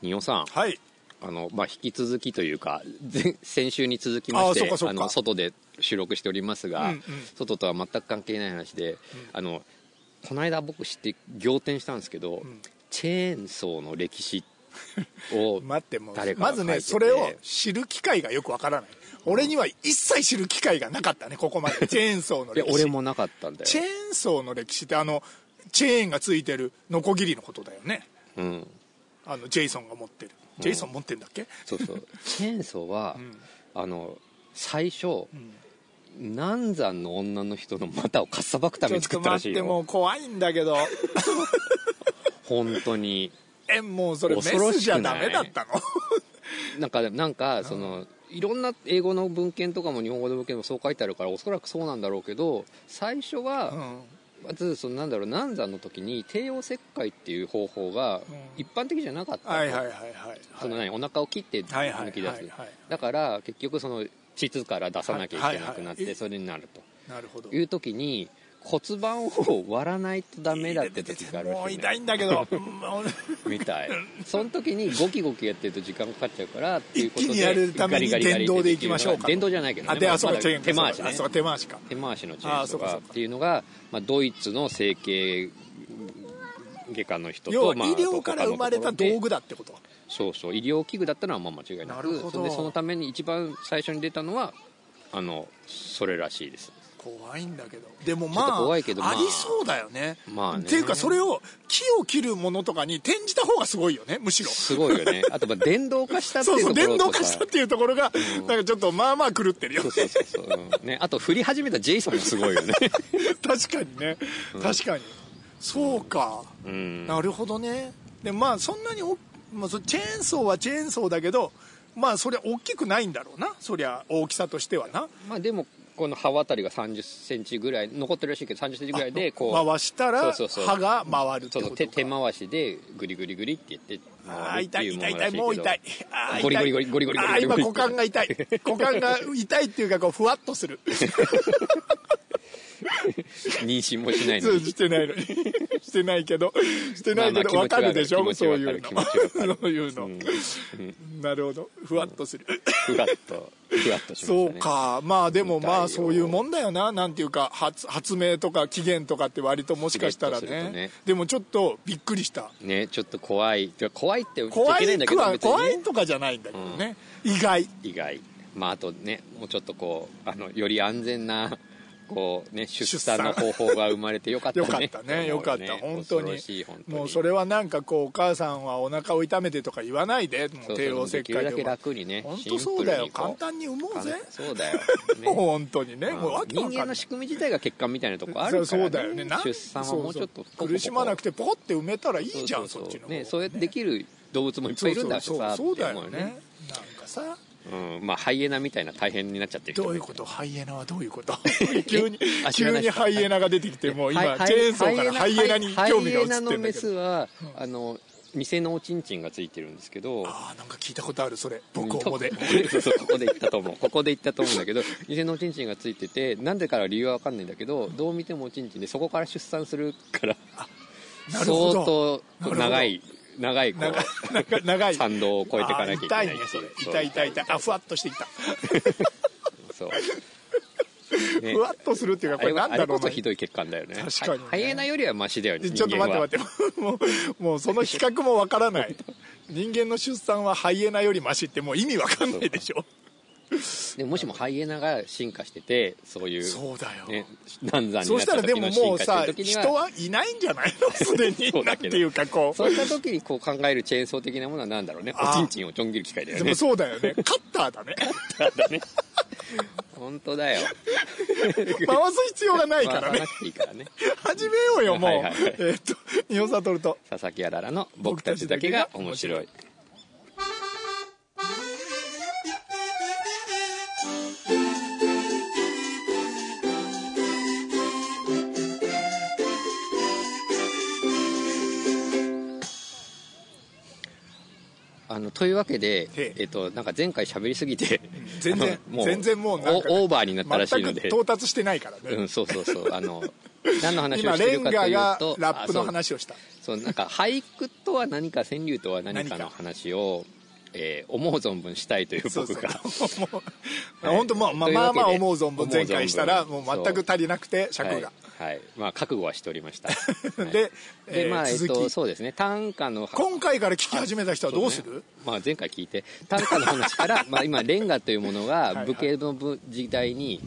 仁尾さんはいあの、まあ、引き続きというか前 先週に続きましてあそうかそうかの外で収録しておりますが、うんうん外とは全く関係ない話で、あのこの間僕知って仰天したんですけど、チェーンソーの歴史を待ってもう誰かが ま書いてずてねそれを知る機会がよくわからない俺には一切知る機会がなかったねここ までチェーンソーのいや歴史俺もなかったんだチェよ、ーンソーの歴史ってあのチェーンがついてるノコギリのことだよねうん、あのジェイソンが持ってるジェイソン持ってんだっけ、そうそうチェーンソーは、あの最初、南山の女の人の股をかっさばくためにち作ょっっとたら待しっいてもよう怖いんだけど本当にえもうそれメ恐ろしくないスじゃダメ だったのなんかなんかその、いろんな英語の文献とかも日本語の文献もそう書いてあるからおそらくそうなんだろうけど最初うは、んまずそのなんだろう難産の時に帝王切開っていう方法が一般的じゃなかったと、はいはいはいはいその何お腹を切ってはいはい抜き出す、はいはいだから結局その膣から出さなきゃいけなくなっはいはいはいえてそれになるとなるほどいう時に骨盤を割らないとダメだって時があるらもうしいね痛いんだ けどみたいその時にゴキゴキやってると時間かかっちゃうからっていうことで一気にやるためにガリガリガリ電動で行きましょうか電動じゃないけど、ね、あであそうまだかチェーン手回しそうかねあそうか手回しか手回しのチェーンあそとうかそかうかっていうのが、まあ、ドイツの整形外科の人と要は医まあ療から生まれた道具具だってことそうそう医療器具だったのはまあ間違いななくるほどそれでそのために一番最初に出たのはあのそれらしいです怖いんだけどでもちょまっあと怖いけどまあありそうだよね,、まあねっていうかそれを木を切るものとかに転じた方がすごいよねむしろすごいよねあとまあ電動化したってそういうとそうころ電動と化さしたっていうところが、なんかちょっとまあまあ狂ってるよそうねそうそうそう、うんね、あと振り始めたジェイソンもすごいよね確かにね、確かにそうか、んなるほどねでまあそんなにお、まあ、そチェーンソーはチェーンソーだけどまあそりゃ大きくないんだろうなそりゃ大きさとしてはなまあでもこの刃渡りが3 0ンチぐらい残ってるらしいけど3 0ンチぐらいでこう回したらそうそうそう歯が回るってそこうとそうか手手回しでグリグリグリって言ってあ回るっー痛ていいうもの痛い痛らいしいけもどう痛いあー痛いゴリゴリゴリゴリゴリゴリあー今股間が痛い股間が痛いっていうかこうふわっとする妊娠もしないの そうにしてないのにしてないけどしてないけまどあまあわかるでし気ょ持ちそうはわいかるうの気持ちはわかる そういうのなるほどふわっとするふわっとふわっとしましたそねうかまあでもみたいよまあそういうもんだよななんていうか発発明とか起源とかって割ともしかしたらしれっとするねとねでもちょっとびっくりしたねちょっと怖いてか怖いって言っちゃ怖いけないいんだけくどは別にね怖いとかじゃないんだけどね、意外以外まああとねもうちょっとこうあのより安全なこうね出産の出方産法が生まれてよかったねよかったねよかった本恐当にろしい本当にもうそれはなんかこうお母さんはお腹を痛めてとか言わないでもう帝王切開できでるだもけ楽にね本シン当プルにそうだよこ簡単に産もうぜ簡単そうだよ、もうね 本当にねもうわけ人わかんな間いの仕組み自体が血管みたいなとこあるから、ね、そうそうだよねなん出産はもうちょっとそうそう苦しまなくててポコって埋めたらいいじゃんそっちの方ね、そうやってできる動物もいっぱいいるんだしそうさそうそうだってよ思ねなんかさうん、まあハイエナみたいな大変になっちゃってる人どういうことハイエナはどういうこと 急にあ知ら急ないにですかハイエナが出てきてもう今はいチェーンソーからハイエナに興味が移ハイエってんだナのメけスどは、あの店のおちんちんがついてるんですけどああなんか聞いたことあるそれ僕もで そうそうここで言ったと思うここで言ったと思うんだけど店のおちんちんがついててなんでから理由は分かんないんだけどどう見てもおちんちんでそこから出産するからな相るほど 当なるほど長い長いこ長いう長い 長い参道を越えていかなきゃいけないあー痛いねそれそう痛い痛い痛いあふわっとしてきた、そう、ねふわっとするっていうかあこれれなはんあだれろうこそなひどい血管だよね確かにねハイエナよりはマシだよねちょっと待ってて待ってもうもうその比較もわからない人間の出産はハイエナよりマシってもう意味わかんないでしょでもしもハイエナが進化しててそういうそうだよね、難産そになっうしたたらで時ものも進う化しさてる時には人はいないんじゃない のすでそうにだなんてけどいうかこうそうした時にこう考えるチェーンソー的なものは何だろうねあーおちんちんをちょん切る機械だでよねもそうだよねカッター だね本当だよ回す必要がないまかあら回さねなくていいからね始めようよもう、はいはいはいえーっと仁王悟と佐々木あららの「僕たちだけが面白い」あのというわけで、えええっと、なんか前回喋りすぎて全 然あのもう全然もうなんかオオーバーになったらしいの全くで到達してないからね、うん、そうそうそうあの何の話を今してレるンかガというがとラップのあそう話をしたそうなんか俳句とは何か川柳とは何かの話を、えー思う存分したいというそう僕そがう もうはい本当まあまあというまわあけでまあ思う存分思う前存分回したらもう全く足りなくて尺 が、はい、はいまあ覚悟はしており ましたはいで,、でえーまあ、えっ続き、と、そうですね短歌の今回から聞き始めた人はどうするそねまあ、前回聞いて短歌の話から まあ今レンガというものいはがい武家の部時代に、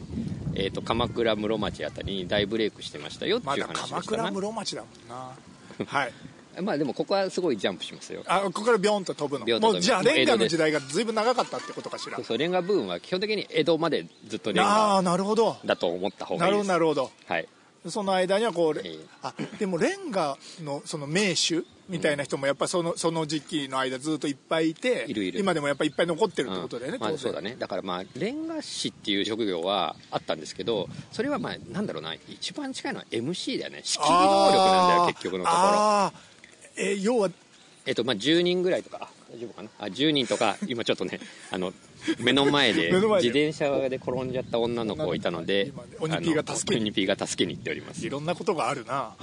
えー、と鎌倉室町あたりに大ブレイクしてましたよってまいうだ話鎌でしたな倉室町だもん なはいまあでもここはすごいジャンプしますよあここからビョンと飛ぶのビョンとも飛ぶうじゃあもうレンガ江戸のです時代がずいぶん長かったってことかしらそうそうレンガブームは基本的に江戸までずっとレンあガあなるほどだと思った方がないいでるほどすなるほどはいその間にはこう、ええあでもレンガのその名手みたいな人もやっぱそのその時期の間ずっといっぱいいているいる今でもやっぱいっぱい残ってるってことだよね、うんまあ、当然そうだねだからまあレンガ師っていう職業はあったんですけどそれはまあなんだろうな一番近いのは MC だよね仕切り能力なんだよあー結局のところあーえー要はえっとまあ10人ぐらいとかあ大丈夫かなあ10人とか今ちょっとねあの目の前で 目自の前で転車で転んじゃった女の子いたので今ね鬼ピーが助けにあの鬼ピーが助けに行っておりますい、ろんなことがあるな、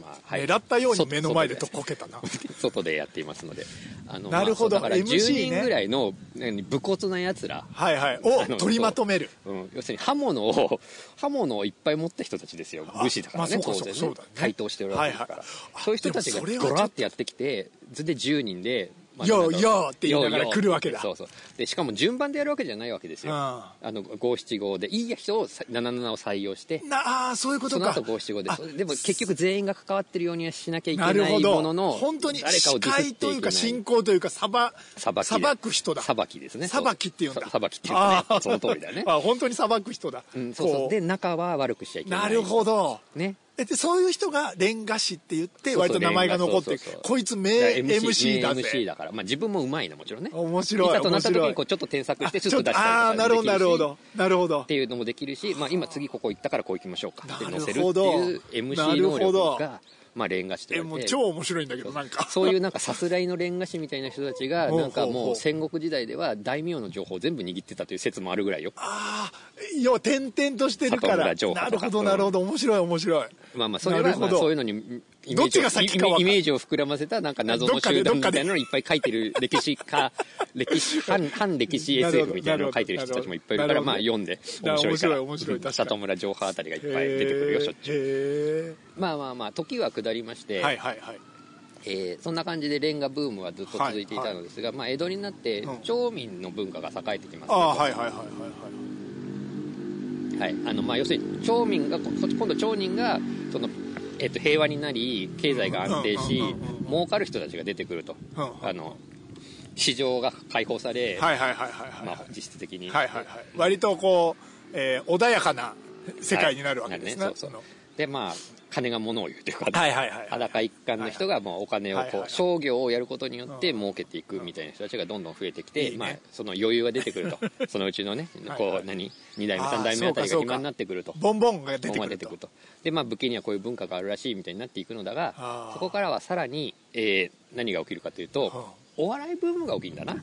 まあはい狙ったように外目の前で外とこけたな外でやっていますのであのなるほどまあそうだから MC ね10人ぐらいの何武骨なやつらはいはい あをの取りまとめるうん、要するに刃物を 刃物をいっぱい持った人たちですよあ武士だからね、まあそうか当然そうねかそうだね対等してるわけだから、はいはいあそういう人たちがでもそれはゴラってやってきてそれで10人で「まあなよーんだろうよーって言いながよーらよー来るわけだそうそうでしかも順番でやるわけじゃないわけですようんあの五七五でいい人をさ77を採用してなあーそういうことそのか後五七五であそれでも結局全員が関わってるようにはしなきゃいけななるほいもどのの本当に誰かをディスっ司てい会けとないいうか信仰というかさば裁き裁く人だ裁きですね裁きっていうんださ裁きっていうんだあねーその通りだねあ本当に裁く人だ、うん、そうこそうで仲は悪くしちゃいけないなるほどねえでそういう人がレンガ師って言ってそう割そうと名前が残ってるレンガそうそうそうこいつ名だから MC だ名 MC ぜだから、まあ、自分もうまいねもちろんね面白いざとなった時面白にいこうちょっと添削してスッちとょっ出としたりとあかあーもなるほどなるほできしどなるほどっていうのもできるし、まあ、今次ここ行ったからこう行きましょうかって載せるなるほってどいう MC 能力が、まあ、レンガ師とえ言もわうれて超面白いんだけどなんかそういうなんかさすらいのレンガ師みたいな人たちがほうなんかほうほもうう戦国時代では大名の情報を全部握ってたという説もあるぐらいよああ要は点々としてるか里ら村城下なとるかほどなるほど面白い面白いまあまあそれなはるほまあどそういうのにイメージをどっちが先かわかんイメージを膨らませたなんか謎どのっかで集団みどたっかいでなのをいっぱい書いてる歴史家 歴史反反歴史なるほ SF どみたいなのを書いてる人たちもいっぱいいるかなるらほどまあ読んでな面白いから面白い面白い確かに里村城派あたりがいっぱい出てくるよしょっちゅうゅまあまあまあ時は下りまして、はいはいはいえーそんな感じでレンガブームはずっと続いていたのですが、まあ、江戸になってうん町民の文化が栄えてきますあねあはいはいはいはいはい、あのまあ要するに町民がここっち今度町人がその、えっと平和になり経済が安定うんしうんうんうん儲かる人たちが出てくるとうんうんあの市場が解放され、はいはいはいはいはいまはあ、実質的に、いはいはい割とこう、えー穏やかな世界になるわけですね,はいなるそうそうでまあ金が物を言うというか、はいはいはいはい裸一貫の人がもうお金をこう、はいはいはい商業をやることによって儲けていくみたいな人たちがどんどん増えてきて、いいねまあ、その余裕が出てくるとそのうちのねこう、はいはい何2代目あー3代目あたりそがうかそうか暇になってくるとボンボンが出て本くがる出とてくるとでまあ武家にはこういう文化があるらしいみたいになっていくのだあがーそこからはさらに、えー何が起きるかというと、はあお笑いブームが起きるんだな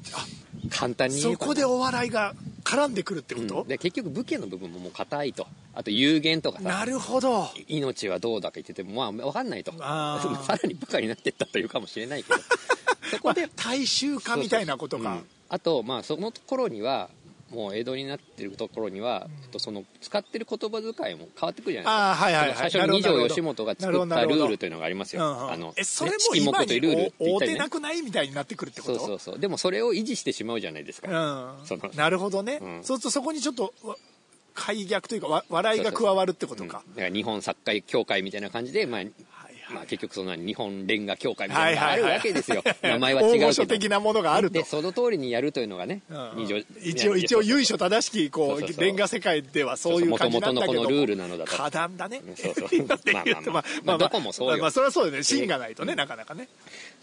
簡単に言えそばこでお笑いが絡んでくるってこうとん、で結局武家の部分ももう硬いとあと有限とかなさるほど命はどうだか言っててもまあ分かんないとあー さらに部下になってったというかもしれない けどそこで大衆化みたいなことうかんあとまあその頃にはもう江戸になってるところには、えっと、その使ってる言葉遣いも変わってくるじゃないですかああはいはいはい最初に二なるほど条吉本がなる作ほっどなたるルほどールというのがありますよ、うんうんあのえそれねも今というルールってに言っお合たうてりねなくないみたいになってくるってこそとうそうそうでもそれを維持してしまうじゃないですか、うんそのなるほどね、んそうするとそこにちょっとわ解逆というかわ笑いが加わるってことかうんだから日本作家協会みたいな感じで、まあはいまはあ、い結局その日本レンガ協会みたいなのがあるわけ ですよ、名前は違大う御け所ど的なものがあるとでその通りにやるというのがね、うん二条一応一応由緒正しきこうそうそうそうレンガ世界ではそういう感じなんだけどもそうそう元々のこのルールなのだと花壇だねそうそうだって言ってまあまあまあどこもそうよまあそれはそうだよね芯がないとねなかなかね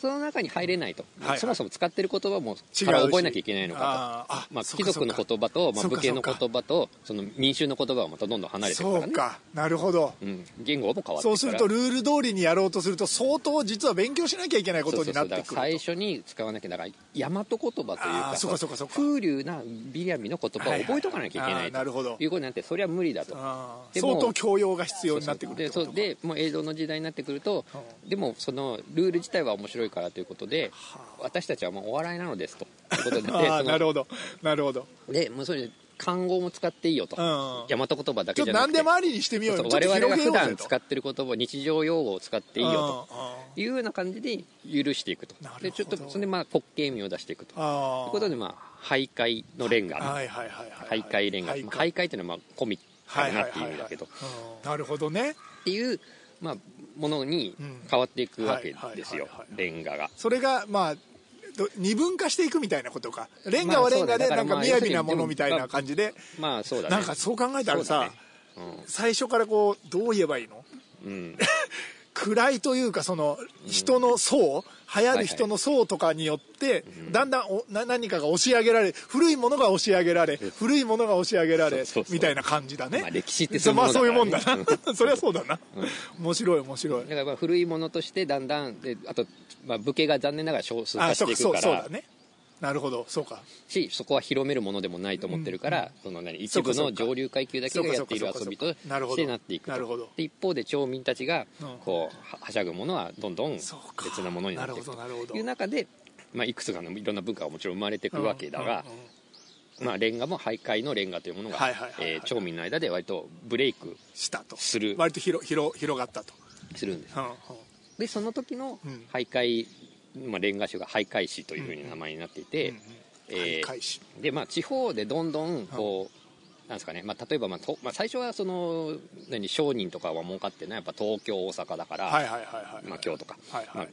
その中に入れないと、はいはいそもそも使ってる言葉も違うしから覚えなきゃいけないのかとあーあまあ、そっ貴かそっか族の言葉と、まあ、そっか武家のそっか言葉とその民衆の言葉はまたどんどん離れてるかそらうねかなるほどうん、言語も変わってるからそうするとルール通りにやろろうとすると相当実は勉強しなきゃいけないこそとうそにうそなうっだてかくらると最初に使わなきゃだから大和言葉というあかーそうかそうかそうか風流なビリヤミの言葉を覚えとかなきゃいけはいはいなはいいあーなるほどということになってそれは無理だとあーでも相当教養が必要になってくるってでことそうかでもう映像の時代になってくるとでもそのルール自体は面白いからということで私たちはもうお笑いなのですということになって ああそのなるほどなるほどでもうそれ漢語も使っていいよとうん大和言葉だちけょっじとゃな何くてでもありにしてみようそようちょっ我と々が広普げようぜ段と使ってる言葉日常用語を使っていいようんうんというような感じで許していくとなるほどでちょっとそれでまあ滑稽味を出していくとというああことでまあ徘徊のレンガはいはいはいはい徘徊レンガはいまあ徘徊っていうのはまあコミカルなっていう意味だけどうんなるほどねっていうまあものに変わっていくわけですようんはいはいはいはいレンガが。それがまあど二分化していくみたいなことかレンガまはあレンガでそうだねだからなんかまあ雅なものみたいな感じでまあそうだねなんかそう考えたらそうださねうん最初からこうどう言えばいいのうん暗いというかその人の層、流行る人の層とかによってだんだんおな何かが押し上げられ古いものが押し上げられ古いものが押し上げられそうそうそうみたいな感じだね、まあ歴史ってそういうものだそかうらいねうもんだな そりゃそうだな、面白い面白いだからまあ古いものとしてだんだんであと、まあ、武家が残念ながら少数あ化しそうてかいくかそうらそうだねなるほどそうかしそこは広めるものでもないと思ってるから、その何一部そうかそのうか上流階級だけがやっている遊びそとうかそうかそうかなるほしどてなっていくとなるほどで一方で町民たちがうんこうははしゃぐものはどんどん別そうかなものになっていくなるほどなるほどという中で、まあ、いくつかのいろんな文化がもちろん生まれていくわけだがうん、うんうんまあ、レンガも徘徊のレンガというものがはいはいはいはいえー町民の間で割とブレイクしたとする割と広広広がったと、するんですうんうんでその時のうん徘徊、まあ、レンガ種が徘徊市というふうに名前になっていて、うんうんえー開始でまあ、地方でどんどんこう、なんですかねまあ、例えば、まあとまあ、最初はその何商人とかは儲かってないやっぱ東京大阪だから、はいはいはいはい、まあ、京都か、はいはいまあ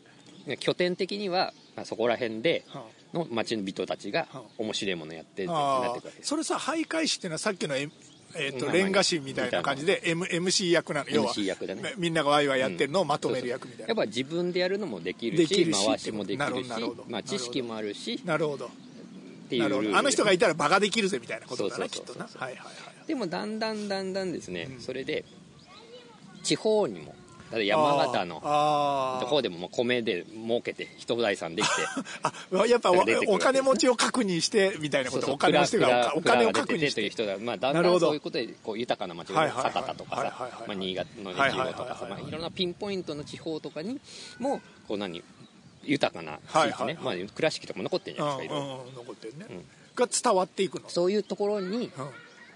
ね拠点的には、まあ、そこら辺でうんの町の人たちがう面白いものやってってなあってあくわけですそれさ徘徊師っていうのはさっきの、ええーとうんレンガ師みたいな感じで、M、MC 役なの要は MC 役だねみみんながワイワイやってるのをまとめる役みたいな、やっぱ自分でやるのもできるでしきるし回しもできなるほるどしなるほどまあ、知識もあるしなるほどっていうなるルほールどあの人がでいたらバカできるぜみたいなことだなきそっうそとうそうそうなはいはいはいでもだんだんだんだんですね、それで地方にも例えば山形のあーあー方でももう米で儲けて人財産 できてあやっぱ出てくるわおけですねお金持ちを確認してみたいなことお金蔵持ちというか蔵お金を蔵が確出認てしとていうて人が、まあ、だんなるだほんどそういうことでこう豊かな町はいがはいはい酒田とかはいさはいはいまあ新潟のはい越はい後はといかさはいまあいろんなピンポイントの地方とかにもこう何豊かな地域ね、はいまあ、倉敷とかも残ってるじうゃんないうんですかいろいろうん残ってるね、が伝わっていくのそういうところに、うん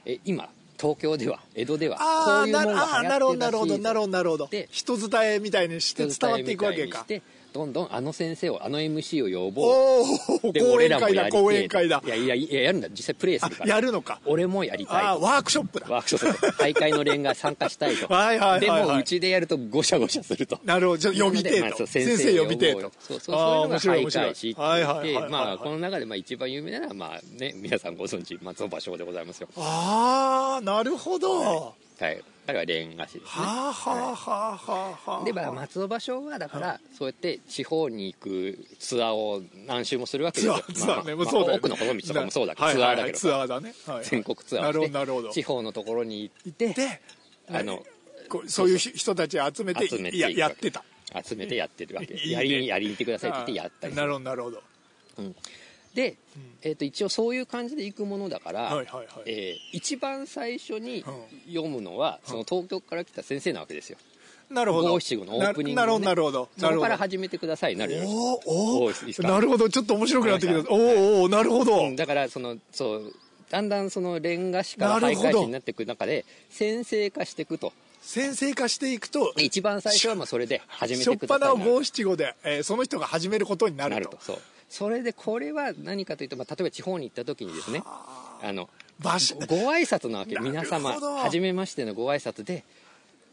え今東京では江戸ではあこあういうもなのるあがー流な行るっほてどるらしいなるほどなるほどなるほどで人伝えみたいにして伝わっていくわけかしてどんどんあの先生をあの MC を要望おおで講俺演らも会やだりてえ講演会だいやいやいややるんだ実際プレイすあるからやるのか俺もやりたいあーとワークショップだワークショップ大会の連が参加したいと はいはいはいはいでもうちでやるとごしゃごしゃするとなるほどじゃあ呼びてえとなのでまあそう先生呼びてえとそうそうそういうのがあー面白い徘面白い徊しってはいはいはい言っはいてまあこの中でまあ一番有名なのはまあね皆さんご存知松尾芭蕉でございますよああなるほど、ははい彼は連歌師ですねあはあはあはあはあでまあ松尾芭蕉はだからそうやって地方に行くツアーを何周もするわけですツアよーツアーね、まあまあもうそうだよ、ね、奥の細道とかもそうだけど、はいツアはーいだはけいどツアーだね、はい全国ツアーをなしるほてどなるほど地方のところに行ってであのこうそういうひ人たち集めて集めていくややってた集めてやってるわけいいねやりにやりに行ってくださいって言ってやったりすなるるほどなるほどで、えー、と一応そういう感じで行くものだから、はいはいはいえー一番最初に読むのは、その東京から来た先生なわけですよなるほど五七五のオープニングなるのほね、どなるほどそなるこほかどら始めてくださいになるよおーおおーいいですーかなるほどちょっと面白くなってきたわかおりましたーおーなるほど、うんだからそのそうだんだんそのレンガ師からな徘るほど徊師になっていく中で先生化していくと先生化していくとで一番最初はまあそれで始め初てっいくと端を五七五で、えーその人が始めることにななるるととそうそれでこれは何かというと、まあ、例えば地方に行った時にですねあの場所ご挨拶なわけなるほど皆様初めましてのご挨拶で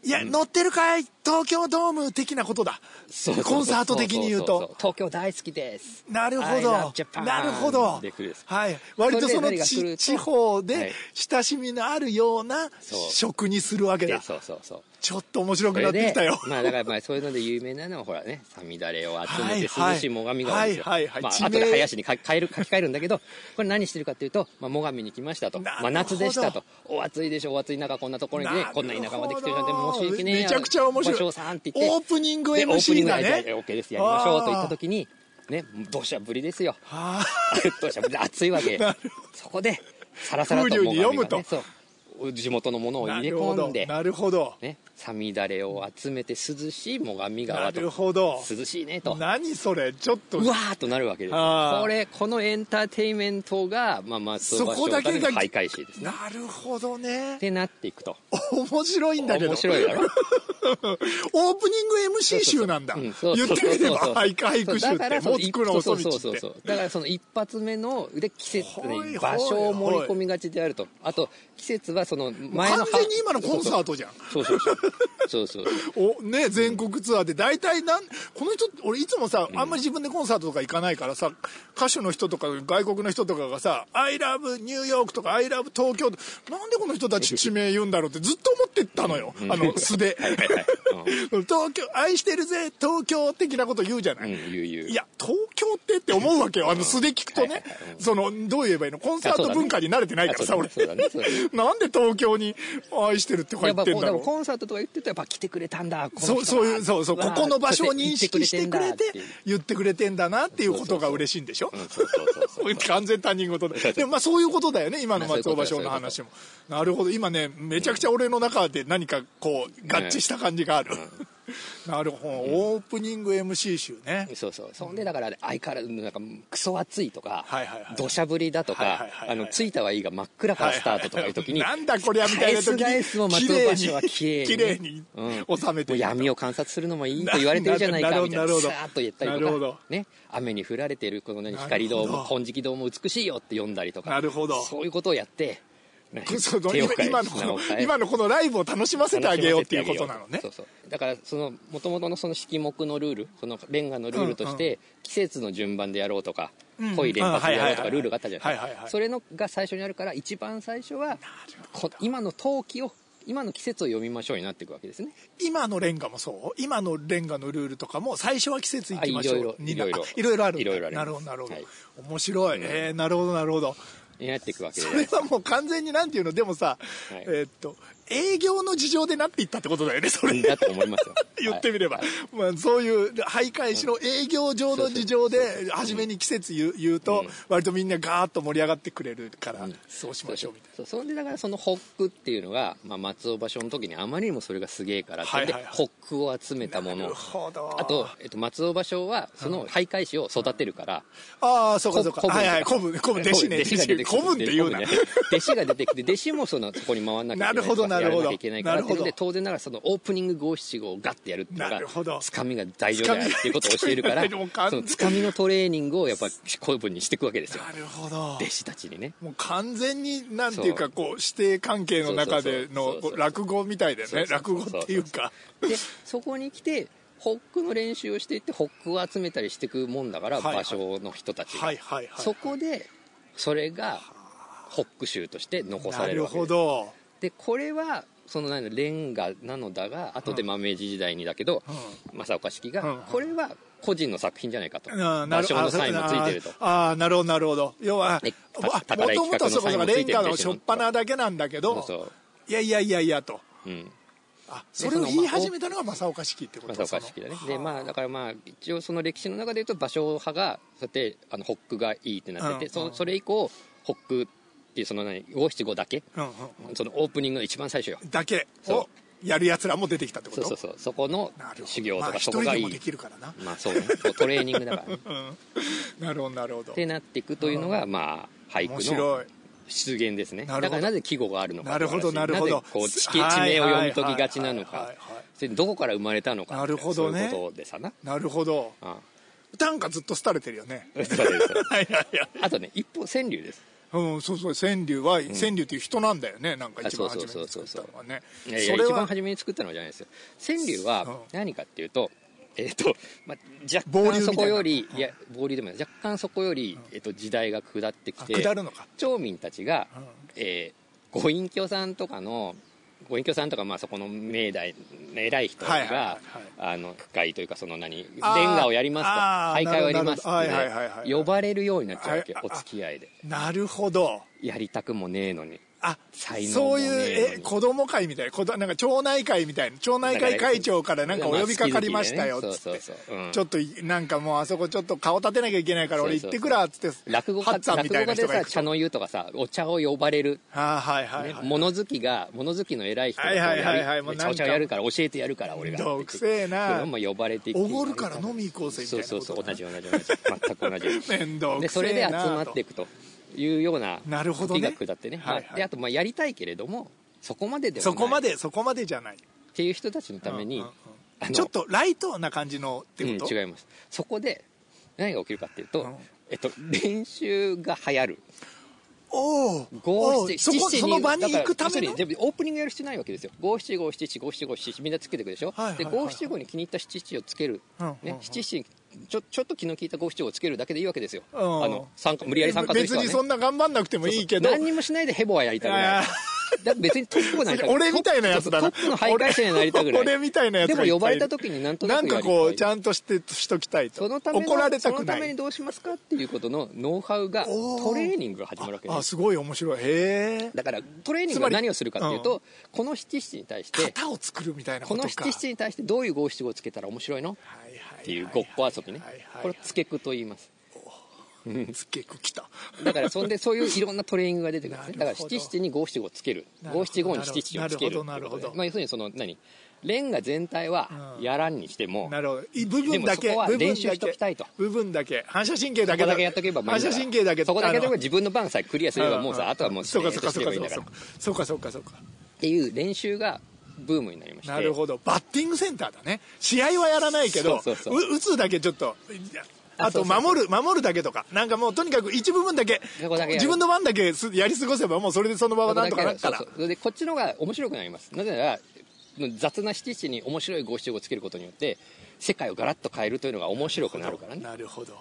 いや、乗ってるかい東京ドーム的なことだそうそうそうコンサート的に言うとそそそ東京大好きですなるほ I love ど Japan なるほどで来るですはい割とそのそれで何が来るちと地方はでい親しみのあるようなそう職にするわけでだそうそうそうちょっと面白くなってきたよそれでまあだからまあそういうので有名なのはほらねさみだれを集めてはいは涼いしい最上川ですよ、はいはいはいまあ地名後で林にか変える書き換えるんだけどこれ何してるかっていうと、まあ、最上に来ましたとなるほど真夏でしたとお暑いでしょお暑い中こんなところになるねほどこんな田舎まで来てるなんて申し訳ねえやめちゃくちゃ面白いごちそうさんって言ってオープニングで MC だねオープニングで OK ですやりましょうと言ったあー時にね土砂降りですよ あどうしたも暑いわけなるほどそこでさらさらと風流に読む最上がねとそう地元のものをあな入れるほ込どんでなるほどねさみだれを集めて涼しい最上な川るとほど涼しいねと何それちょっとうわーっとなるわけですあーこれこのエンターテインメントが、まあ、松そ尾芭こ蕉だ太けのが徘徊しですねなるほどねってなっていくと面白いんだけど面白いだろ オープニング MC 集なんだう言んそうそうってみれそうそばうそう俳句俳句集っだかてらそのもつくの細道そうそうそってうそうだからその一発目ので季節ほいほいほい場所を盛り込みがちであるとあと季節はその前の完全に今のコンサートじゃんそうそうそうそうそうそうおね全国ツアーで大体なんこの人俺いつもさあんまり自分でコンサートとか行かないからさ歌手の人とか外国の人とかがさ「ILOVE ニューヨーク」とか「ILOVE 東京」なんでこの人たち地名言うんだろうってずっと思ってたのよあの素で はいはいはい 東京愛してるぜ東京的なこと言うじゃなうんい、うん言う言ういや東京ってって思うわけよあの素で聞くとね、はいはいはいそのどう言えばいいのコンサート文化に慣れてないからさ、あ俺そうだねそうだねそうなんで東京に愛してるって書やいっぱてんこうだでろもうコンサートとか言ってるとやっぱ来てくれたんだこの人そはうそういうそうそうわこあこの場所を認識してくれ言ってくれてんだっていう言ってくれてんだなっていうことが嬉しいんでしょうんそうそうそうそう完全他人事 ででもまあそういうことだよね今の松尾芭蕉の話もなるほど今ねめちゃくちゃ俺の中で何かこう合致した感じがある、 なるほど、オープニング MC 集ね、そうそうそんでだから相変わらずなんかクソ暑いとかはいはいはい土砂降りだとはいはいかはいはいあの着いたはいいが真っ暗からスタートとかいう時にはいはいはいなんだこりゃみたいな時に返す返すを松尾芭蕉は綺麗に綺麗にうん収めてもういくと闇を観察するのもいいと言われてるじゃないかなるみたいななるほどさーっと言ったりなるとかほどね雨に降られてるこのね光堂なるもほど金色堂も美しいよって読んだりとかなるほどそういうことをやってねその手を今変え今の品をこ変のえ今のこのライブを楽しませてあげようっていうことなのねそうそうだからそのもともとのその色目のルールそのレンガのルールとして、季節の順番でやろうとか、うん濃い連発でやろうとうんはいはいはかいルールがあったじゃないですか、はいはいはいそれのが最初にあるから一番最初はこ今の冬季を今の季節を読みましょうになっていくわけですね今のレンガもそう今のレンガのルールとかも最初は季節行きましょうあいろいろにないろいろあいろいろあるいんだろいろありますなるほどなるほど、はい面白い、えーなるほどなるほどになっていくわけでそれはもう完全になんていうのでもさ、はいえーっと営業の事情でなっていったってことだよねそれだと思いますよ 言ってみれば、まあ、そういう徘徊しの営業上の事情で初めに季節言う言うと割とみんなガーッと盛り上がってくれるからそうしましょうみたいな。そうそんでだからそのホックっていうのが、まあ、松尾芭蕉の時にあまりにもそれがすげえからってんで、はいはいはいホックを集めたもなのるほどあと、えっと、松尾芭蕉はその徘徊師を育てるから、ああそうかそうか古文はいはい古文古文弟子ね弟子が出てくる古文って言うな弟子が出てくる弟子が出てきて弟子もそのそこに回んなきゃいけないなるほどなるほどやらなきゃいけないからっていうのなでるほど当然ながらそのオープニング五七五をガッてやるっていうのなるほどがつかみが大丈夫だよっていうことを教えるからつかみがもう完全そのつかみのトレーニングをやっぱ古文にしていくわけですよなるほど弟子たちにねもう完全になんていうそかうこう指定関係の中でそうそうのそうそう落語みたいだよねそう落そうそう語っていうかでそこに来てホックの練習をしていってホックを集めたりしていくもんだからはいは芭い蕉の人たちがはいはいはいそこでそれがホック集として残さなれるるわけでほすどでこれはその何レンガなのだが後でまあ明治時代にだけど、正岡式うんがこれは個人の作品じゃないかと、あーな場る所のサインもついてるとあーあーなるほどなるほど要はねたもたたらいともとそうかそう企画のサインもかついてレるンガのしょっぱなだけなんだけそうどそういやいやいやいやとうんあそれを言い始めたのが正岡式ってこと正岡式だねでまあだからまあ一応その歴史の中で言うと芭蕉派がそうやってあのホックがいいってなってて、うんうんそそれ以降ホックっていうその何五七五だけ、うんうそのオープニングの一番最初よんだけをそやるやつらも出てきたってこそとうそうそうそこのなるほど修行とまあか一そこ人がでいい、もできるからなまあそうねそうトレーニングだからね、っなるほどなるほどてなっていくというのがまあ俳面句の白い出現ですねなだかるほどらなぜ季語があるのかなるほとどかなるほどぜこう地形地はい名を読み解はいきがちなのはいはかいはいそれでどこから生まれたのかなるほどそういねうことでさな なるほどあ短歌ずっと廃れてる よねあそうですはいはいはいあとね一方川柳ですうん、そうそう川柳は、川柳っていう人なんだよねなんかあ一番そ初うめそうそに作うっそたうのはねいやいやそれ一番は初めに作ったのじゃないですよ川柳うはん何かっていうとえっとまあ暴若流干そみたいなこよりいや暴流でもない若干そこよりえっと時代が下ってきあて下るのか町民たちがうんえーご隠居さんとかのご隠居さんとかまあそこの明大偉い人はいはいはいはがいあの区会というかその何レンあーガをやりますとあ大ー会をやりますってなるほどはいはいはいはいね呼ばれるようになっちゃうわけはいおあ付き合いでなるほどやりたくもねえのにあ才能そもうねえのにいうえ子供会みたいな子どなんか町内会みたいな町内会会長からなんかお呼びかかりましたよまあつっ好てき好きでねそうそうそううんちょっといなんかもうあそこちょっと顔立てなきゃいけないから俺行ってくらっつって落語ハ家ッツァンみ落たい語な家で人が行さく茶との湯とかさお茶を呼ばれるあーはいはいはい物好きが物好きの偉い人がこうはいはいはいはいやりもうめなんちかゃお茶をやるから教えてやるから俺がどくせえなでも呼ばれてきておごるから飲み行こうぜみたいなことそうそうそう同じ同じ同じ全く同 じ面倒でくせそえなれで集とまっていくというようななるほどね美学だってね、はいはいまあであとまあやりたいけれどもそこまでではないそこまでそこまでじゃないっていう人たちのために、うんうんうんあのちょっとライトな感じのってうん、こと、違いますそこで何が起きるかっていうと、うんえっと、練習が流行るおお五おう七そこその場に行くためのだから要するにオープニングやる必要ないわけですよ五七五七七五七五七七みんなつけてくるでしょ、はいはいはいで五七五に気に入った七七をつける、うんうんうねん、七七にちょちょっと気の利いた五七五をつけるだけでいいわけですよ、うんあの参加無理やり参加する人別は、にね、そんな頑張んなくてもいいけど何にもしないでヘボはやりたくあなあいだ別にトップをなりたくない俺みたいなやつだなトップの徘徊者になりたくない俺みたいなやつでがもいっぱいいる呼ばれた時になんとななんくやりかたいこうちゃんとしてしときたいとそのための怒られたくそのなためいにどうしますかっていうことのノウハウがおートレーニングが始まるわけですあすごい面白いへえだからトレーニングはつまり何をするかっていうと、この七七に対 して型を作るみたいなこことのか七七に対してどういう五七五をつけたら面白いのっていうごっこ遊びねこれつけくと言いますつけくきただからそんでそういういろんなトレーニングが出てくるんですねなだるかほらど七七に五七五をつけるなるほど五七五に七七をつけるっていうことでなるほどなるほどまあ、要するにその何レンガ全体はうんやらんにしても、なるほどい部分だけでもそこは部分だ練け習しときたいと部分だけ反射神経そだけこだけやっとけばまあいいん反だか射ら神経だけそこだけでもあの自分の番さえクリアすればもうさあとはもうそうかそうかすそうれかばいいそんうだかからっそうかそうかそうかていう練習がブームになりましてなるほどバッティングセンターだね試合はやらないけどそうそうそうう打つだけちょっといやああそうとそうそう守る守るだけとかなんかもうとにかく一部分だけそこだけやる自分の番だけすやり過ごせばもうそれでその場はなんとかなったらそうそうそれでこっちの方が面白くなりますなぜなら雑な七七に面白い五七五をつけることによって世界をガラッと変えるというのが面白くなるからね、なるほど、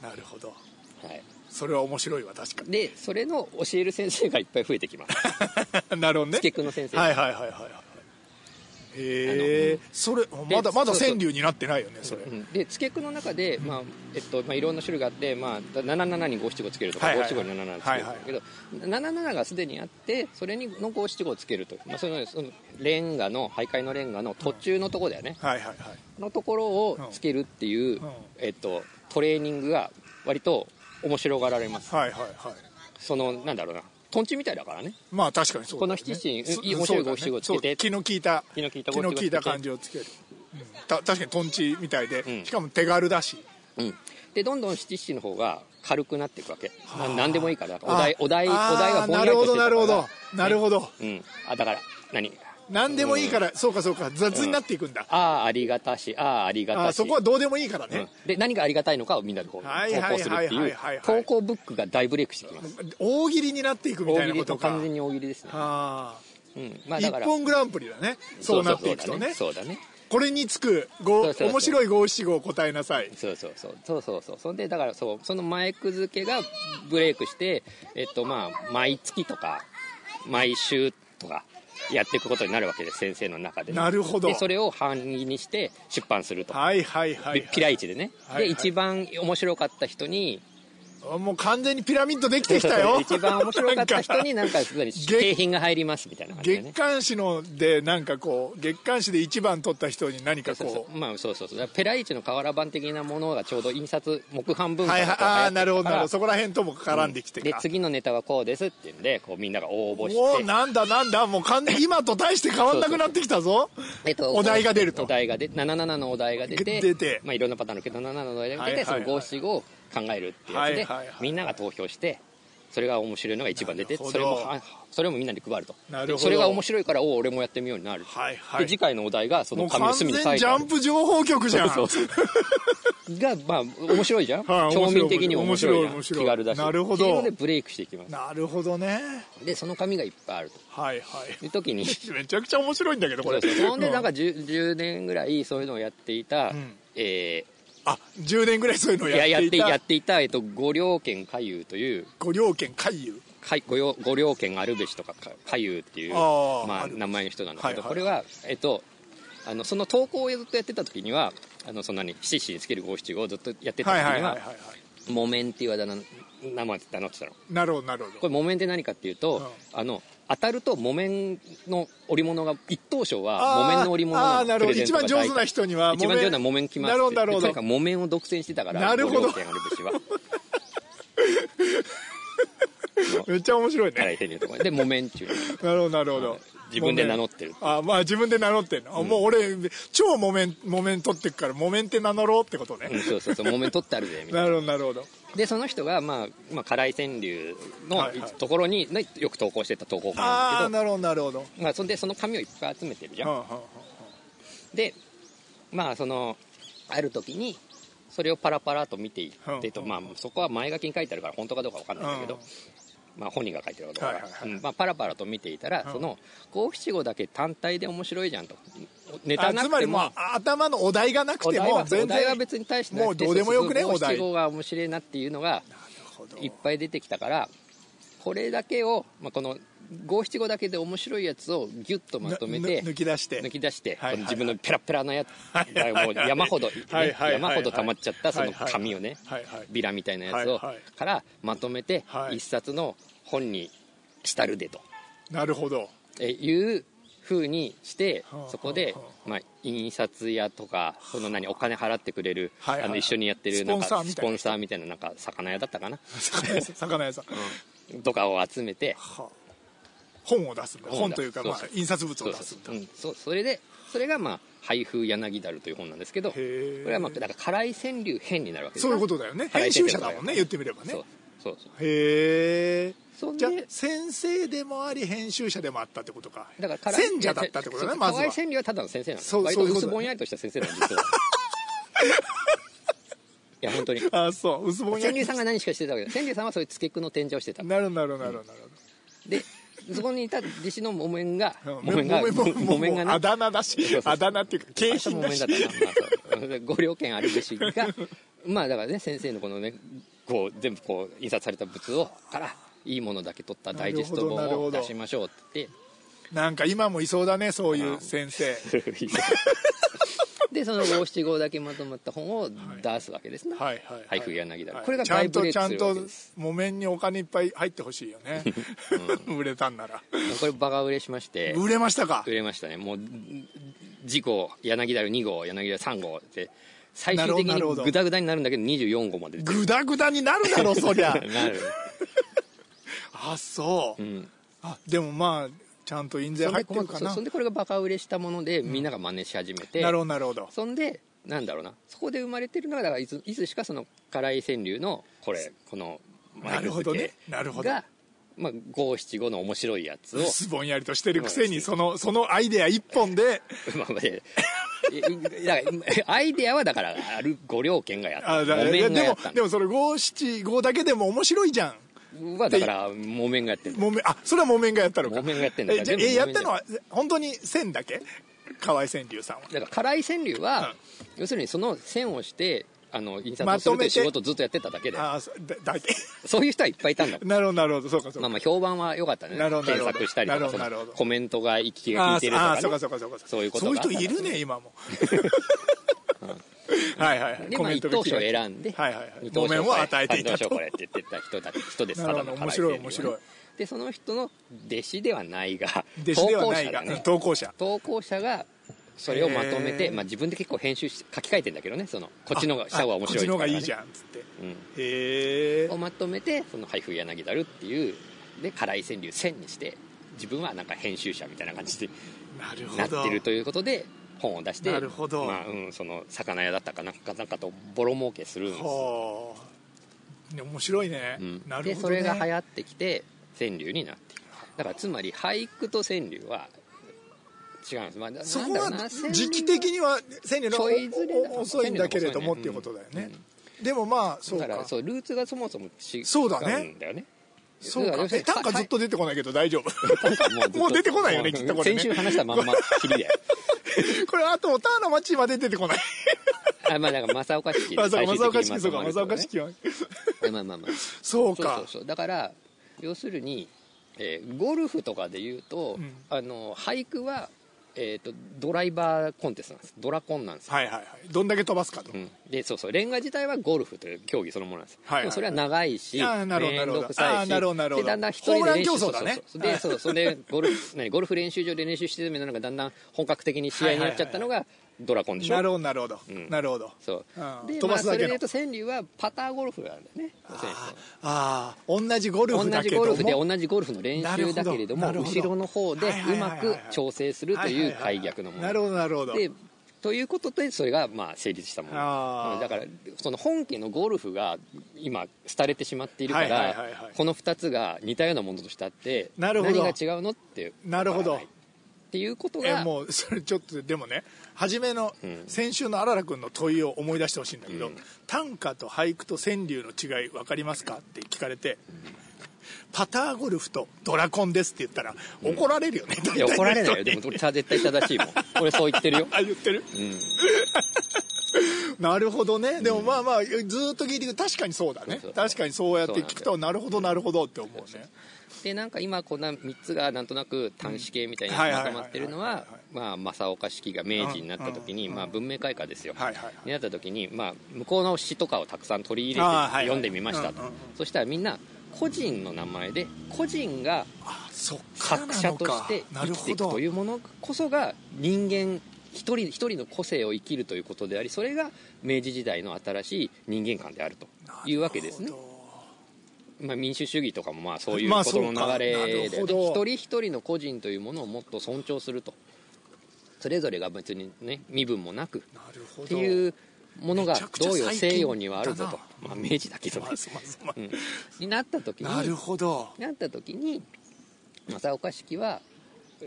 なるほどはい、それは面白いわ確かでそれの教える先生がいっぱい増えてきますに なるほどね助っ人の先生はいはいはいはいはいへえそれまだでまそだうそう川柳になってないよねそれうんで付け句の中で、まあえっとまあ、いろんな種類があって、まあ、だ77に五七五つけるとかはいはい五はい七五に77つけるとかだけど、77がすでにあってそれにの五七五をつけるという、まあ、そのそのレンガの徘徊のレンガの途中のところだよね、はいはいはいのところをつけるっていう、うんえっと、トレーニングが割と面白がられますはいはいはいそのなんだろうなとんちみたいだからねまあ確かにそうだよねこの七七にそいい面白いそうだ五ね七五つけてそう気の利いた気の利いた気の利いた五七五つけて感じをつける、うんた確かにとんちみたいで、うんしかも手軽だしうん、でどんどん七七の方が軽くなっていくわけ、なあ何でもいいからお題あお題お題あーはぼんやなりるとほしてどたかならるほどなるほど、うん、あだから何何でもいいから、そうかそうか雑になっていくんだ、ああありがたしああありがあたーしそこはどうでもいいからうんね、で何がありがたいのかをみんなでこう投はいはい稿するってはいはいいうはいはい投稿ブックが大ブレイクしてきます大喜利になっていくみた大い喜なこ利ととか完全に大喜利ですね、あうんあまあ、一だから本グランプリだねそうなっていくとねそうそうそうだねこれにつくごそうそうそう面白い五七五を答えなさいそうそうそうそうそうそうそんでだからそうそのマイク付けがブレイクしてえっとまあ毎月とか毎週とかやっていくことになるわけです先生の中でね、なるほどでそれを範囲にして出版すると、はいはいはい、ピライチでね、はいはいで一番面白かった人にあもう完全にピラミッドできてきた よ一番面白かった人になんか何月景品が入りますみたいな感じで月ね刊誌のでなんかこう月刊誌で一番取った人に何かそうそこうまあそうそうそうだからペライチの瓦版的なものがちょうど印刷木版文う化はいはいがこう流行ってたからああーなるほどなるほどそこら辺とも絡んできてでか、次のネタはこうですっていうんでこうみんなが応募おしおてなんだなんだもう完全今と大して変わんなくなってきたぞえっとお題が出るとお題が出77のお題が出て出てまあ、いろんなパターンあるけど77のお題が出て、はいはいはいその五七五を考えるっていうやつで、はいはいはいみんなが投票してそれが面白いのが一番出てなるほどそれもはそれもみんなに配るとなるほどでそれが面白いからおお俺もやってみようになる、はいはいで次回のお題がそものう紙の完隅に全ジ書いてあャるンプ情報局じゃんそうそうがまあ面白いじゃん、はい町民的にも面白いじゃん面白い面白い気軽だしなるほどっていうのでブレイクしていきます なるほどねでその紙がいっぱいあるとはいはいいう時にめちゃくちゃ面白いんだ けどこそうれそうほんでなんかう 10, 10年ぐらいそういうのをやっていた、んえあ10年ぐらいそういうのをーいやややっっていてたやっていた、えっと、五稜軒歌遊という五稜軒回遊かい御用御用件あるべしとかかかゆうっていうあーまああ、る名前の人なんだけど、はいはいこれは、えっと、あのその投稿をずっとやってた時にはあのそんなに七七につける五七五をずっとやってた時はいにははいはいはいは「木綿」っていうあだ名名前名乗ってたのこいなるほどなるほれど木綿って何かっていうと、あの当たると木綿の織物が一等賞は木綿の織物あーあーのなるプほレゼンど一トが番大上手な人には一番上手な木綿来ますなるほどなるほとにかどく木綿を独占してたからなるほどご両親あるべしはめっちゃ面白いね、働いてるとこで木綿っちゅうのなるほどなるほど自分で名乗ってるあまあ自分で名乗ってんの、もう俺超木綿木綿取ってくから木綿って名乗ろうってことね、うんそうそうそう木綿取ってあるぜみたいななるほどなるほどでその人が、まあまあ、唐井川柳のはいはいところに、ねよく投稿してた投稿家なああんですなるほどなるほどけどまあ、そんでその紙をいっぱい集めてるじゃん、はあはあはでまあそのある時にそれをパラパラと見ていってと、うんまあ、そこは前書きに書いてあるから本当かどうか分かんないんだけど、まあ、本人が書いてるかどうかはいはいはいうんまあ、パラパラと見ていたら、うんその五七五だけ単体で面白いじゃんとネあタなつくまてりももう頭のお題がなくおて題もは全お題は然別に対してなくてもうどうでもよくねそうそうお題五七五が面白いなっていうのがいっぱい出てきたからこれだけを、まあ、この五七五だけで面白いやつをギュッとまとめてぬ抜き出して抜き出して、はいはいこの自分のペラペラなやつ、はいはいはいもう山ほど、ねはいはいはい山ほど溜まっちゃったそはのいはいはい紙をね、はいはいビラみたいなやつを、はいはいからまとめて、はい一冊の本にしたるでとなる ほどえいう風にしてはあそこではあは、まあ、印刷屋とかその何お金払ってくれる、はいはいはあいの一緒にやってるスポンサなーんかみスたいなポンサーみたいななんか魚屋だったかな魚屋さん魚屋さん、とかを集めてはあ本を出すんだ本を本出すというかまあそうそう印刷物そをう出そうすそんだう、うん、そうそれでそれが、まあ「配布柳だる」という本なんですけどこーれは、まあ、だから「唐井川柳編」になるわけですそういうことだよねはい編集者だもんね言ってみればねそうそうそうへえそんじゃあで先生でもあり編集者でもあったってことかだから唐井選者だったってことだそうねまず河は合千里はただの先生なのそう割そとういうこ薄とだぼんやりとした先生なの実は いや本当にあそう薄ぼんや千り里さんが何しかしてたわけだ千里さんはそういう付け句の展示をしてたなるなるなるなるでそこにいた弟子の木綿がほど木綿がもうもうも木う綿がもうあねだ名だしそうそうそうあだ名っていうか景木品だ綿しだったなまあそうご両権あるべしがまあだからね先生のこのねこう全部こう印刷された物をからいいものだけ取ったダイジェストなる本をほどなるほど出しましょうっ て言ってなんか今もいそうだねそういう先生でその五七五だけまとまった本を出すわけですね、はいはいはい配布柳だはいこれがちゃ大んブレとイちクゃすんるわとけです木綿にお金いっぱい入ってほしいよね 売れたんならこれバカ売れしまして売れましたか売れましたねもう次号柳田2号柳田3号って最終的なるほどなるほにどグダグダになるんだけど24号まで出てグダグダになるだろそ りゃなるあそう、んあでもまあちゃんと印税そんで入ってこるかそなそんでこれがバカ売れしたものでみんなが真似し始めて、なるほどなるほどそんでなんだろうなそこで生まれてるのがだからいついつしかその唐井川柳のこれこのなるほどねなるほどが、まあ、五七五の面白いやつを 薄ぼんやりとしてるくせにそのそのアイデア一本でまあまあええだからアイデアはだからある五両券がやったあだ木い綿がやでやっもたでもそれ五七五だけでも面白いじゃんのはだから木綿がやってる木綿あそれは木綿がやったのか木綿がやってんだからえじゃ全あ部え木や綿ったのは本当に線だけ河合川柳さんはだから唐井川柳は、要するにその線をしてあの印刷をするという仕事をずっとやってただけで、ああそだだけそういう人はいっぱいいたんだもん なるほどなるほどそうかそうまか、あまあ評判は良かったねなるほど検索したりとなかるほそどなるほのどコメントが生きてあ聞いてるとーあーか,、そうかそうかそうかそういうことがそういう人いるね今もはいはいはいでまあ一が等賞を選んではいはいはい二木等賞綿を与えていた三等賞とこれって言ってた人だ人ですなるほどただの唐井川柳はね面白い面白いでその人の弟子ではないが弟子ではな投稿い者だがね投稿者投稿者がそれをまとめへて、ーまあ、自分で結構編集し書き換えてんだけどねそのこっちのがあした方が面白いこっちの方がいいじん、ゃんっつってうん、へえをまとめてその配布柳だるっていうで唐井川柳線にして自分はなんか編集者みたいな感じでなるなほっどてるということで本を出してなるほどまあうん、その魚屋だったかなんかなんかとボロ儲けするんですよ、はあね面白いね、うんなるほど、ね、でそれが流行ってきて川柳になっているだからつまり俳句と川柳は違うんです、まあ、そなんこだろはうな時期的には川柳のちょいずれだおお遅いんだけれども川って柳いうのこ遅といねだよね、でもまあそうだからかそうルーツがそもそも違うそうだねんだよねそうだから要するえに短歌ずっと出てこないけど大 丈夫はもう出てこないよねもうきっとこれね先週話したまんまきりだよこれあとターの町まで出てこないあまあなんか正岡式ま さか最 正終岡的にま式そうとかまる正と岡ね式はまあまあまあそうそうかそうそうだから要するに、えーゴルフとかで言うと、うんあの俳句は、えー、とドライバーコンテストなんですドラコンなんですよはいはいはいどんだけ飛ばすかと、うん、でそうそうレンガ自体はゴルフという競技そのものなんです、はいはいでもそれは長いしあーなるほど面倒くさいしなるほどあーなるほどなるほどでだんだん一人で練習ホームラン競争だねそうそうそうでそうそれでゴルフ 何ゴルフ練習場で練習してるみたいなのがだんだん本格的に試合になっちゃったのがドラコンでしょ、なるほどなるほど、んなるほどそううんで、飛まばあ、すそだれけでの言うと川柳はパターゴルフなんだよね要するにそうああ同じゴルフ同だじけどゴもルフで同じゴルフの練習だけれどもなるほど後ろの方ではいはういまはいはいく調整するという解逆のものなるほどなるほどでということでそれがまあ成立したもあのーだからその本家のゴルフが今廃れてしまっているかはいはいはいらはいこの2つが似たようなものとしてあってなるほ何どが違うのってなるほわどからないっていうことえがもうそれちょっとでもね初めのん先週のあらら君の問いを思い出してほしいんだけど、うん短歌と俳句と川柳の違い分かりますかって聞かれて、パターゴルフとドラコンですって言ったら怒られるよね、いや怒られないよ大体でのも人に俺絶対正しいもん俺そう言ってるよ あ言ってる、なるほどねでもまあまあずーっと聞いてく確かにそうだそねうそう確かにそうやって聞くそとなるほどなるほどって思うねでなんか今こんな3つがなんとなく端子形みたいにうんまとまってるのはいははいはいはいまあ正岡式が明治になった時にまあ文明開化ですよはいはいはいになった時にまあ向こうの詩とかをたくさん取り入れあてーはいはい読んでみましたとうんうんうんそしたらみんな個人の名前で個人があそっから作な者のとかしてな生るきていほくどというものこそが人間一人一人の個性を生きるということでありそれが明治時代の新しい人間観であるというわけですねなる。ほまあ、民主主義とかもまあそういうまこあとの流れで、そうかなるほねど一人一人の個人というものをもっと尊重するとそれぞれが別にね身分もなくどなるほどっていうものがめちゃくちゃどうよ最近西洋にはあるぞだとな、まあ、明治だけどねまあ、すまんすまんうんになった時になるほどなった時に正岡式は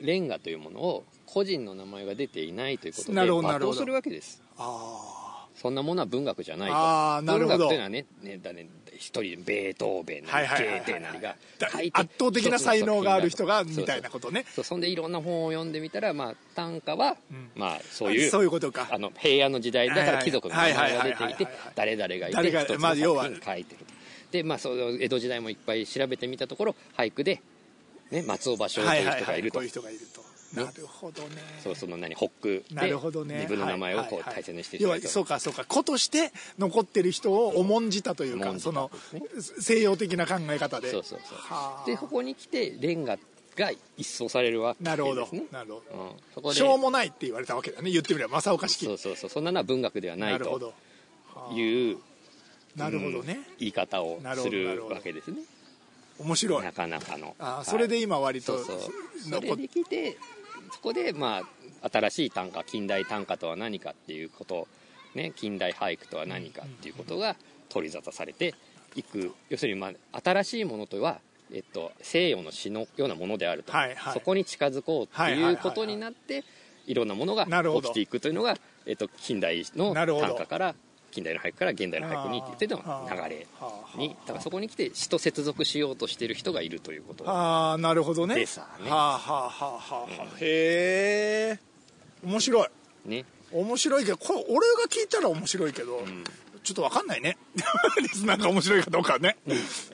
レンガというものを個人の名前が出ていないということでなるほど罵なるほ倒どするわけですあそんなものは文学じゃないとあーなるほ文学どっていうのはねねだね一人でベートーベンなはいりはいはいはいゲーテなりがだ書いて圧倒的な才能がある人が一つの作品だとみたいなことねそうそうそんでいろんな本を読んでみたら、まあ、短歌は、んまあ、そういうそういうことかあの平安の時代だから貴族の名前が出ていてはいはい誰々がい誰てが一つのまあ要作は品書いてるで、まあ、その江戸時代もいっぱい調べてみたところ俳句で、ね、松尾芭蕉とはいいうはい人はがいいるとこういう人がいるとねなるほどねそうその何ホックなでるほどね自分の名前をこはういはいはい大切にしていただい要てはそうかそうか子として残ってる人を重んじたという重んかじたそのね西洋的な考え方でそうそうそうはあでここに来てレンガが一掃されるわけです、ね、なるほどなるほうどん、そこでしょうもないって言われたわけだね言ってみれば正岡そ式うそうそうそんなのは文学ではなないるほどというなるほどね言い方をなるほすどなるるほどわけですね面白いなかなかのあはーいそれで今割そとうそうそ残れっできてそこでまあ新しい短歌近代短歌とは何かっていうこと、ね、近代俳句とは何かっていうことが取り沙汰されていく要するにまあ新しいものとは、えっと、西洋の詩のようなものであると、はいはいそこに近づこうっていうことになって、いろんなものがなるほど起きていくというのが、えっと、近代のなるほど短歌から近代の俳句から現代の俳句にっていうのあがー流れはあにだからそこに来て詩と接続しようとしている人がいるということああなるほどねでさねはあはあはあはあ、へえ面白いね。面白いけどこれ俺が聞いたら面白いけど、ちょっと分かんないね リスナーが面白いかどうかはね、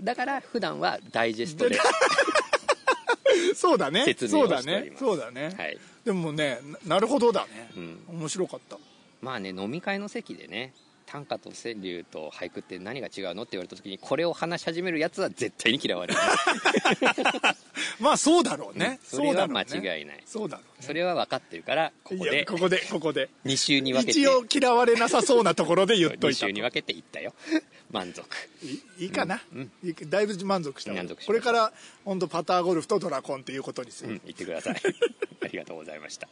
だから普段はダイジェスト で、そうだね説明そをうだしておりねますそうだね、はいでもねななるほどだね、うん面白かった まあね飲み会の席でね短歌と川柳と俳句って何が違うのって言われた時にこれを話し始めるやつは絶対に嫌われる まあそうだろうね、それうだはろう間ね違いないそうだろうねそれは分かってるからここいやでここでここで2週に分けて一応嫌われなさそうなところで言っと2いた週とに分けて言ったよ 満足いいいかな、いいだいぶ満足した満足しましたこれから本当パターゴルフとドラコンっていうことにする、う ん言ってくださいありがとうございました